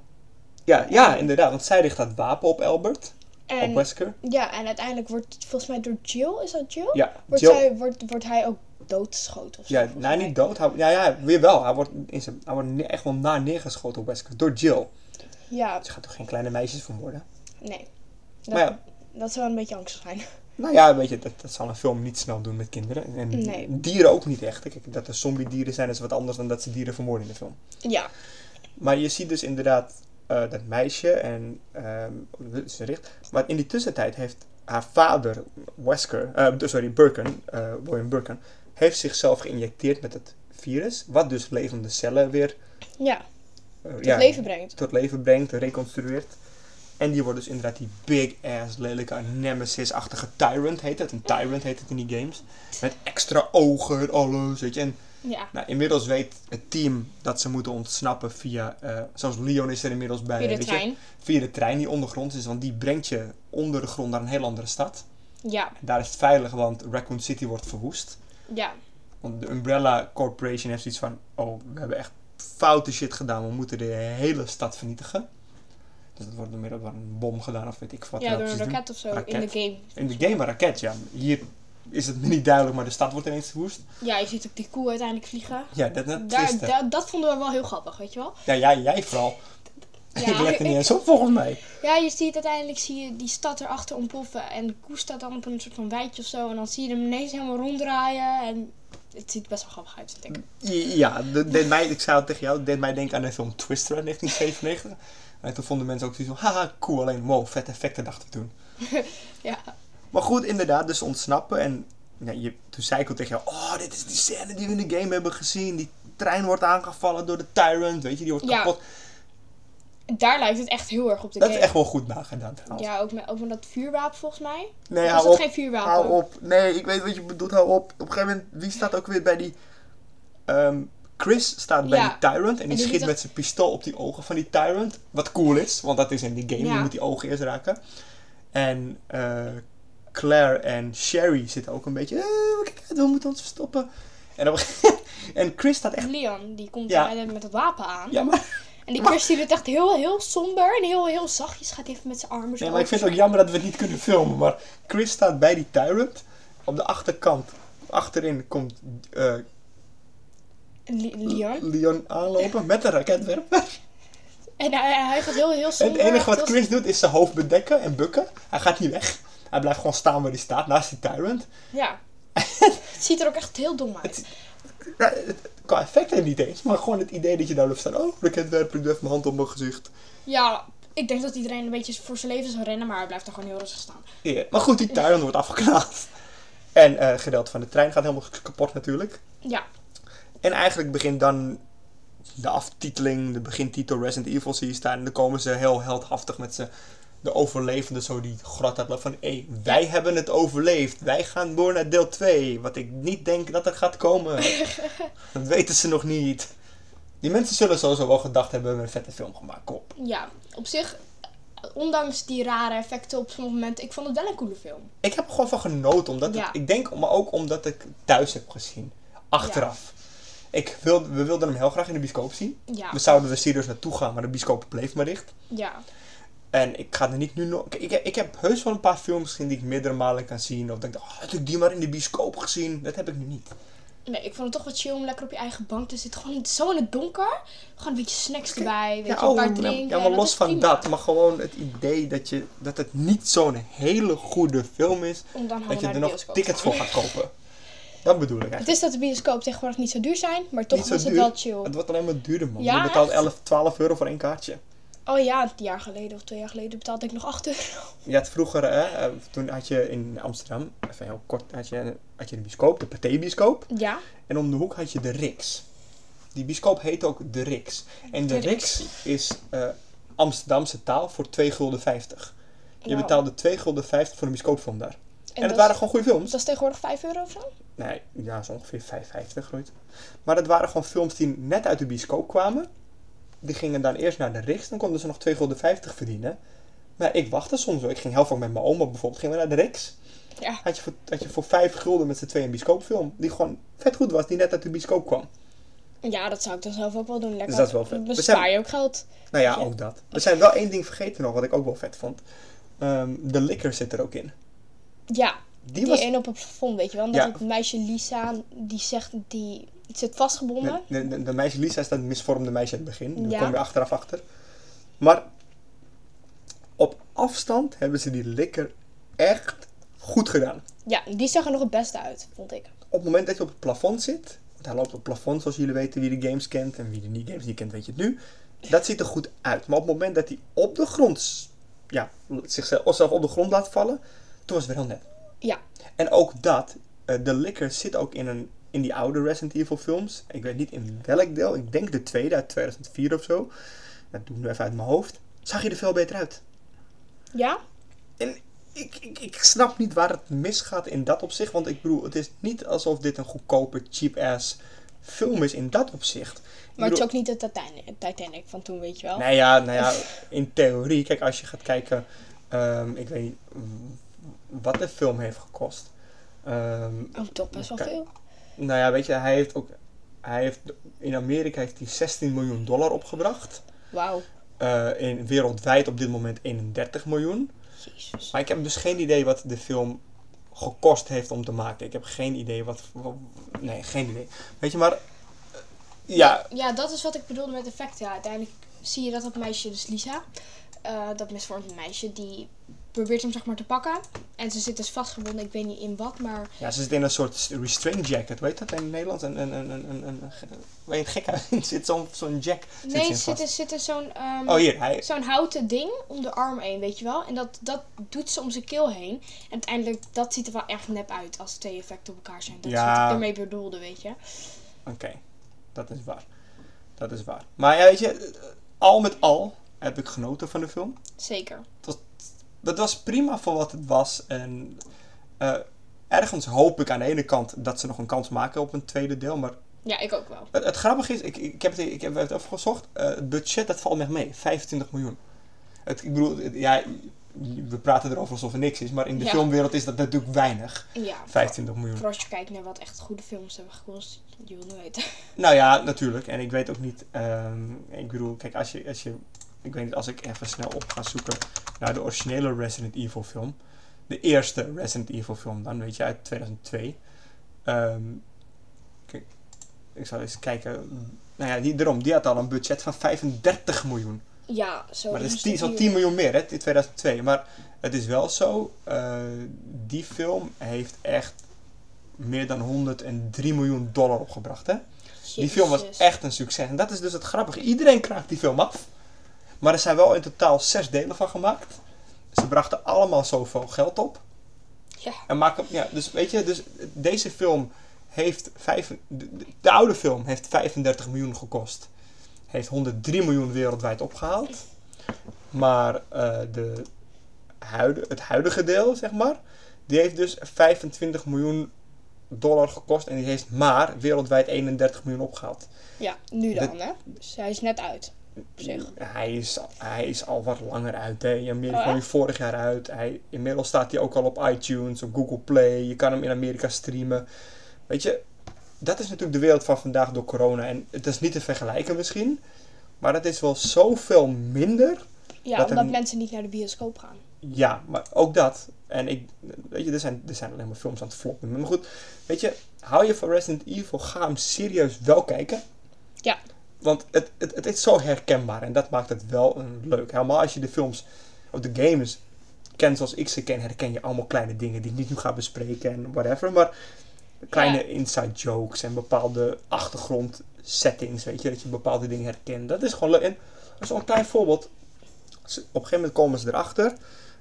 Ja, ja, inderdaad, want zij richt dat wapen op Albert, op En, Wesker. ja, en uiteindelijk wordt het volgens mij door Jill, is dat Jill? Ja, Wordt, Jill- Zij, wordt, wordt hij ook doodgeschoten of zo? ja, volgens nou, mij. niet dood. Hij, ja, ja, weer wel. Hij wordt, in zijn, hij wordt ne- echt wel na neergeschoten op Wesker, door Jill. Ja, Ze gaat toch geen kleine meisjes vermoorden? nee. Dat, Maar ja, dat zou een beetje angstig zijn. [laughs] nou ja, weet je, dat, dat zal een film niet snel doen met kinderen. En Nee. dieren ook niet echt. Kijk, dat er zombie dieren zijn is wat anders dan dat ze dieren vermoorden in de film. Ja, Maar je ziet dus inderdaad eh, dat meisje en ehm, ze richt. Maar in die tussentijd heeft haar vader, Wesker, eh, sorry, Birkin, eh, William Birkin, heeft zichzelf geïnjecteerd met het virus, wat dus levende cellen weer Ja, eh, tot ja, leven brengt. tot leven brengt, reconstrueert. En die wordt dus inderdaad die big ass, lelijke, nemesis-achtige tyrant heet het. Een tyrant heet het in die games. Met extra ogen en alles, weet je. En Ja, nou, inmiddels weet het team dat ze moeten ontsnappen via... eh zelfs Leon is er inmiddels bij. via de weet je. trein. via de trein die ondergronds is. Want die brengt je onder de grond naar een heel andere stad. Ja, En daar is het veilig, want Raccoon City wordt verwoest. ja. Want de Umbrella Corporation heeft zoiets van... Oh, we hebben echt foute shit gedaan. We moeten de hele stad vernietigen. Dus dat wordt door middel van een bom gedaan of weet ik wat. Ja, we door een precies doen. raket of zo in de Raket. game. In de game een raket, ja. Hier is het [laughs] niet duidelijk, maar de stad wordt ineens verwoest. Ja, je ziet ook die koe uiteindelijk vliegen. Ja, dat net Daar, twisten. da- dat vonden we wel heel grappig, weet je wel? Ja, jij, jij vooral. Ja, ik let er ik- niet eens op volgens mij. Ja, je ziet uiteindelijk zie je die stad erachter ontploffen. En de koe staat dan op een soort van wijtje of zo. En dan zie je hem ineens helemaal ronddraaien. En het ziet best wel grappig uit, vind ik. Mm. Ja, dat deed mij, ik zei het tegen jou, het deed mij denken aan de film Twister uit 1997. En toen vonden mensen ook zoiets van, haha, cool, alleen wow, vet effecten dachten we toen. Ja, Maar goed, inderdaad, dus ontsnappen. En ja, je, toen zei ik al tegen jou, oh, dit is die scène die we in de game hebben gezien. Die trein wordt aangevallen door de Tyrant, weet je, die wordt Ja, kapot. daar lijkt het echt heel erg op de Dat is game. echt wel goed nagedaan trouwens. Ja, ook met, ook met dat vuurwapen volgens mij. nee, was hou dat op. geen vuurwapen? Hou op. Nee, ik weet wat je bedoelt, hou op. Op een gegeven moment, wie staat ook weer bij die... ehm, Chris staat bij Ja. die Tyrant en die die schiet doet dat- met zijn pistool op die ogen van die Tyrant. Wat cool is, want dat is in die game. Ja. Je moet die ogen eerst raken. En eh, Claire en Sherry zitten ook een beetje... "Eh, kijk uit, we moeten ons verstoppen. En, op een gegeven moment- [laughs] en Chris staat echt... Leon, die komt Ja. daar met dat wapen aan. Ja, maar, En die Chris die doet echt heel, heel somber en heel, heel zachtjes. Gaat even met zijn armen zo. nee, maar ik vind over- het ook jammer dat we het niet kunnen filmen. Maar Chris staat bij die Tyrant. Op de achterkant, achterin, komt eh, Le- Leon. Leon aanlopen met een raketwerper. En hij, hij gaat heel, heel En het somber. enige wat heel- Chris doet is zijn hoofd bedekken en bukken. Hij gaat niet weg. Hij blijft gewoon staan waar hij staat, naast die Tyrant. [laughs] Ja. het ziet er ook echt heel dom uit. Ja, het- Qua effect heeft niet eens, maar gewoon het idee dat je daar blijft staan. Oh, raketwerper, ik doe even mijn hand op mijn gezicht. Ja, ik denk dat iedereen een beetje voor zijn leven zou rennen, maar hij blijft er gewoon heel rustig staan. Ja, Maar goed, die Tyrant wordt afgeknaald. En eh, het gedeelte van de trein gaat helemaal kapot natuurlijk. Ja, En eigenlijk begint dan de aftiteling, de begintitel Resident Evil zie je staan. En dan komen ze heel heldhaftig met ze, de overlevenden, zo die grot uitlachen van... Hé, wij hebben het overleefd. Wij gaan door naar deel 2. Wat ik niet denk dat er gaat komen. dat weten ze nog niet. Die mensen zullen sowieso wel gedacht hebben, we hebben een vette film gemaakt. Kom op. ja. Op zich, ondanks die rare effecten op sommige momenten, ik vond het wel een coole film. Ik heb er gewoon van genoten. Omdat het- Ja. ik denk, maar ook omdat ik het thuis heb gezien. Achteraf. Ik wilde, we wilden hem heel graag in de bioscoop zien. Ja, We zouden er serieus naartoe gaan, maar de bioscoop bleef maar dicht. ja. En ik ga er niet nu nog. Ik, ik, ik heb heus wel een paar films gezien die ik meerdere malen kan zien. Of denk, oh, had ik die maar in de bioscoop gezien? Dat heb ik nu niet. Nee, ik vond het toch wat chill om lekker op je eigen bank te zitten. Gewoon zo in het donker. Gewoon een beetje snacks erbij, weet je, een oh, paar ja, ja, drinken. maar dat is los van prima. dat. Maar gewoon het idee dat, je, dat het niet zo'n hele goede film is. Om dan dat gewoon je naar de er nog bioscoop tickets te voor gaan. gaat kopen. Dat bedoel ik Het eigenlijk. is dat de bioscoop tegenwoordig niet zo duur zijn, maar toch Niet zo was het duur. wel chill. Het wordt alleen maar duurder, man. Ja, je betaalt echt? 11, 12 euro voor één kaartje. Oh ja, een jaar geleden of twee jaar geleden betaalde ik nog 8 euro. Je had vroeger, hè, eh, toen had je in Amsterdam, even heel kort, had je, had je de bioscoop, de Pathé-bioscoop. Ja, En om de hoek had je de Rix. Die bioscoop heet ook de Rix. En de, De Rix. is eh, Amsterdamse taal voor 2,50 gulden. Je Wauw. betaalde 2,50 gulden voor een bioscoopfilm daar. En, dat het is- waren gewoon goede films. Dus dat is tegenwoordig 5 euro of zo? Nee, ja, zo ongeveer 5,50 groeit. Maar het waren gewoon films die net uit de bioscoop kwamen. Die gingen dan eerst naar de Rix. Dan konden ze nog 2,50 gulden verdienen. Maar ik wachtte soms wel. Ik ging heel vaak met mijn oma bijvoorbeeld. Gingen we naar de Rix Ja, had je voor, had je voor 5 gulden met z'n tweeën een bioscoopfilm. Die gewoon vet goed was, die net uit de bioscoop kwam. ja dat zou ik dan zelf ook wel doen. Lekker. Dus dat is wel vet. We Bespaar zijn- je ook geld. Nou ja, ook dat. Er zijn wel één ding vergeten nog, wat ik ook wel vet vond. Ehm, de likker zit er ook in. Ja, Die, die was... één op het plafond, weet je wel. Omdat Ja. het meisje Lisa, die zegt, die zit vastgebonden. De, de, de- de meisje Lisa is dat misvormde meisje aan het begin. Daar Ja. kom je achteraf achter. Maar op afstand hebben ze die likker echt goed gedaan. Ja, die zag er nog het beste uit, vond ik. Op het moment dat je op het plafond zit... Want hij loopt op het plafond, zoals jullie weten, wie de games kent. En wie de niet games niet kent, weet je het nu. dat ziet er goed uit. Maar op het moment dat hij op de grond, s- ja, zichzelf zelf op de grond laat vallen, toen was het weer heel net. Ja, En ook dat, eh, de likker zit ook in, een, in die oude Resident Evil films. Ik weet niet in welk deel, ik denk de tweede uit 2004 of zo. Dat doe ik nu even uit mijn hoofd. Zag je er veel beter uit. ja, En ik, ik, ik snap niet waar het misgaat in dat opzicht. Want ik bedoel, het is niet alsof dit een goedkope, cheap-ass film is in dat opzicht. Ik maar het bedoel- is ook niet de Titanic, Titanic van toen, weet je wel. nou ja, nou ja, in theorie. Kijk, als je gaat kijken, ehm, ik weet niet mm, wat de film heeft gekost. Ehm, Oh, toch best wel Kijk. veel. nou ja, weet je, hij heeft ook, hij heeft, in Amerika heeft hij 16 miljoen dollar opgebracht. Wauw, Eh, in, wereldwijd op dit moment 31 miljoen. jezus. Maar ik heb dus geen idee wat de film gekost heeft om te maken. Ik heb geen idee wat, wat- nee, geen idee. Weet je, maar, eh, ja, Ja, dat is wat ik bedoelde met effecten. Ja, uiteindelijk zie je dat dat meisje, dus Lisa, eh, dat misvormde meisje, die probeert hem zeg maar te pakken. En ze zit dus vastgebonden, ik weet niet in wat, maar Ja, ze zit in een soort restraint jacket, weet je dat in het Nederlands? Een, een, een, een, een, een, ge- waar je het gek uit [laughs] zit, zo'n zo'n jack zit ze nee, in er zit, vast. er zit er zo'n ehm, Oh, hier, hij... zo'n houten ding om de arm heen, weet je wel. En dat, dat doet ze om zijn keel heen. En uiteindelijk, dat ziet er wel echt nep uit als twee effecten op elkaar zijn. Dat is Ja. wat ik ermee bedoelde, weet je. Oké, dat is waar. Dat is waar. Maar ja, weet je, eh, al met al heb ik genoten van de film. Zeker. Dat was prima voor wat het was. En eh, ergens hoop ik aan de ene kant dat ze nog een kans maken op een tweede deel. Maar Ja, ik ook wel. het, het grappige is, ik, ik, heb het, ik heb het even gezocht. eh, het budget, dat valt nog mee. 25 miljoen. Het, ik bedoel, het- ja, we praten erover alsof er niks is. Maar in de Ja. filmwereld is dat natuurlijk weinig. Ja, 25 miljoen. Voor als je kijkt naar wat echt goede films hebben gekost, je wil het weten. [laughs] Nou ja, natuurlijk. En ik weet ook niet. ehm, ik bedoel, kijk, als je, als je. Ik weet niet, als ik even snel op ga zoeken naar de originele Resident Evil film. De eerste Resident Evil film dan, weet je, uit 2002. Ehm, kijk, ik zal eens kijken. Nou ja, die, daarom, die had al een budget van 35 miljoen. Ja, zo. Maar dat is moest 10, het zo'n duren. 10 miljoen meer, hè, in 2002. Maar het is wel zo, eh, die film heeft echt meer dan 103 miljoen dollar opgebracht, hè? Die film was Jezus. echt een succes. En dat is dus het grappige. Iedereen kraakt die film af. Maar er zijn wel in totaal zes delen van gemaakt. Ze brachten allemaal zoveel geld op. Ja. En maken, ja, dus weet je, dus deze film heeft... Vijf, de, de- de oude film heeft 35 miljoen gekost. Heeft 103 miljoen wereldwijd opgehaald. Maar eh, de huide, het huidige deel, zeg maar... Die heeft dus 25 miljoen dollar gekost. En die heeft maar wereldwijd 31 miljoen opgehaald. Ja, nu Dit- dan, hè? Dus hij is net uit. Op zich. Hij is, hij is al wat langer uit. Hè. In Amerika Oh, kwam echt? hij vorig jaar uit. Hij, inmiddels staat hij ook al op iTunes, op Google Play. Je kan hem in Amerika streamen. Weet je, dat is natuurlijk de wereld van vandaag door corona. En het is niet te vergelijken misschien. Maar het is wel zoveel minder. Ja, Dat omdat hem- mensen niet naar de bioscoop gaan. Ja, maar ook dat. En ik, weet je, er zijn, er zijn alleen maar films aan het floppen. Maar goed, weet je, hou je van Resident Evil, ga hem serieus wel kijken. Ja. Want het, het, het is zo herkenbaar en dat maakt het wel een leuk. Helemaal als je de films of de games kent zoals ik ze ken, herken je allemaal kleine dingen die ik niet nu ga bespreken en whatever. Maar kleine Ja. inside jokes en bepaalde achtergrondsettings, weet je, dat je bepaalde dingen herkent. Dat is gewoon leuk. En zo'n klein voorbeeld. Ze- Op een gegeven moment komen ze erachter,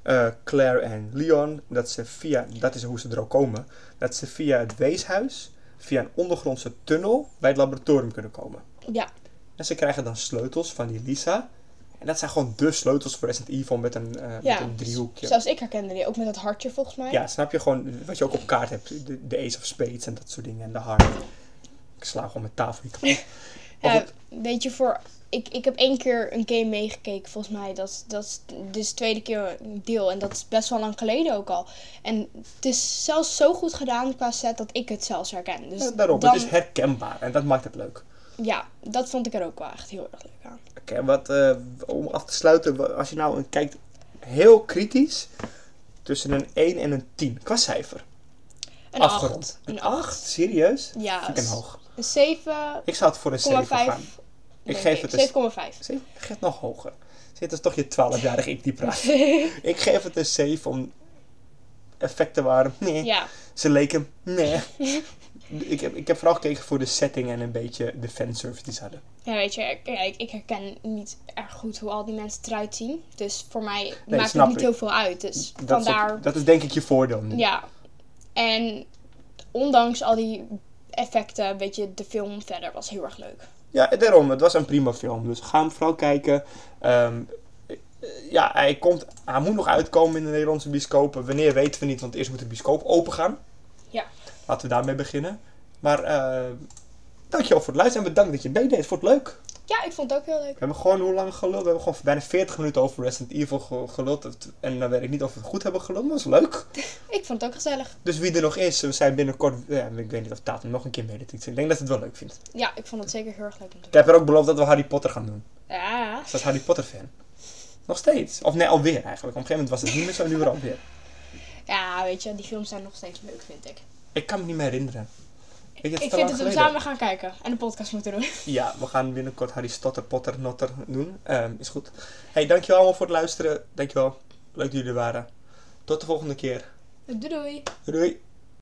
eh, Claire en Leon, dat ze via, dat is hoe ze er ook komen, dat ze via het weeshuis, via een ondergrondse tunnel, bij het laboratorium kunnen komen. Ja, En ze krijgen dan sleutels van die Lisa. En dat zijn gewoon de sleutels voor Resident Evil met een, eh, ja. met een driehoekje. Zelfs ik herkende die, ook met dat hartje volgens mij. Ja, snap je gewoon wat je ook op kaart hebt. De, de Ace of Spades en dat soort dingen. En de hart. Ik sla gewoon met tafel hier Eh, kapot. Ja, Of het- weet je, voor, ik, ik heb één keer een game meegekeken, volgens mij. Dat, is- dat is, dit is de tweede keer een deel en dat is best wel lang geleden ook al. En het is zelfs zo goed gedaan qua set dat ik het zelfs herken. Dus Ja, eh, daarom, dan- het is herkenbaar. En dat maakt het leuk. ja, dat vond ik er ook wel echt heel erg leuk aan. Oké, wat eh, om af te sluiten. wa- Als je nou een- kijkt, heel kritisch. Tussen een 1 en een 10 qua cijfer. Een Afgerond. acht. Een Een 8? Serieus? Ja, dus Vind ik hem s- hoog. Een 7, Ik zou het voor een 7 gaan. 7,5. Ik denk geef het een 7,5. Zeven? Ik geef het nog hoger. Zit is toch je 12-jarig ik die praat. ik geef het een 7 om effecten waren. Nee. Ja. Ze leken. Nee. ik, heb, ik heb vooral gekeken voor de setting en een beetje de fanservice die ze hadden. Ja, weet je, ik, ja, ik, ik herken niet erg goed hoe al die mensen eruit zien. Dus voor mij maakt het snap niet ik. heel veel uit. Dus Dat, is, ook- vandaar, dat is denk ik je voordeel nu. ja. En ondanks al die effecten, weet je, de film verder was heel erg leuk. Ja, daarom. Het was een prima film. Dus ga hem vooral kijken. Ehm, eh, ja, hij, komt, hij moet nog uitkomen in de Nederlandse bioscopen. Wanneer weten we niet, want eerst moet de bioscoop opengaan. Ja. Laten we daarmee beginnen. Maar eh dankjewel voor het luisteren en bedankt dat je meedeed. Vond het leuk. Ja, ik vond het ook heel leuk. We hebben gewoon hoe lang geluld? We hebben gewoon bijna 40 minuten over Resident Evil ge- geluld. Het- En dan weet ik niet of we het goed hebben geluld, maar het was leuk. Ik vond het ook gezellig. Dus wie er nog is, we zijn binnenkort... Ja, ik weet niet of Tatum nog een keer meedoet. Ik denk dat het wel leuk vindt. Ja, ik vond het zeker heel erg leuk om te Ik doen. heb er ook beloofd dat we Harry Potter gaan doen. Ja. Ze was Harry Potter fan. Nog steeds. Of nee, alweer eigenlijk. Op een gegeven moment was het niet meer zo, nu weer alweer. ja, weet je, die films zijn nog steeds leuk, vind ik. Ik kan me niet meer herinneren. Weet je, het is Ik te vind lang dat we geleden. samen gaan kijken en een podcast moeten doen. [laughs] Ja, we gaan binnenkort Harry Stotter, Potter, Notter doen. Ehm, is goed. Hey, dankjewel allemaal voor het luisteren. Dankjewel. Leuk dat jullie er waren. Tot de volgende keer. Doei doei! Doei.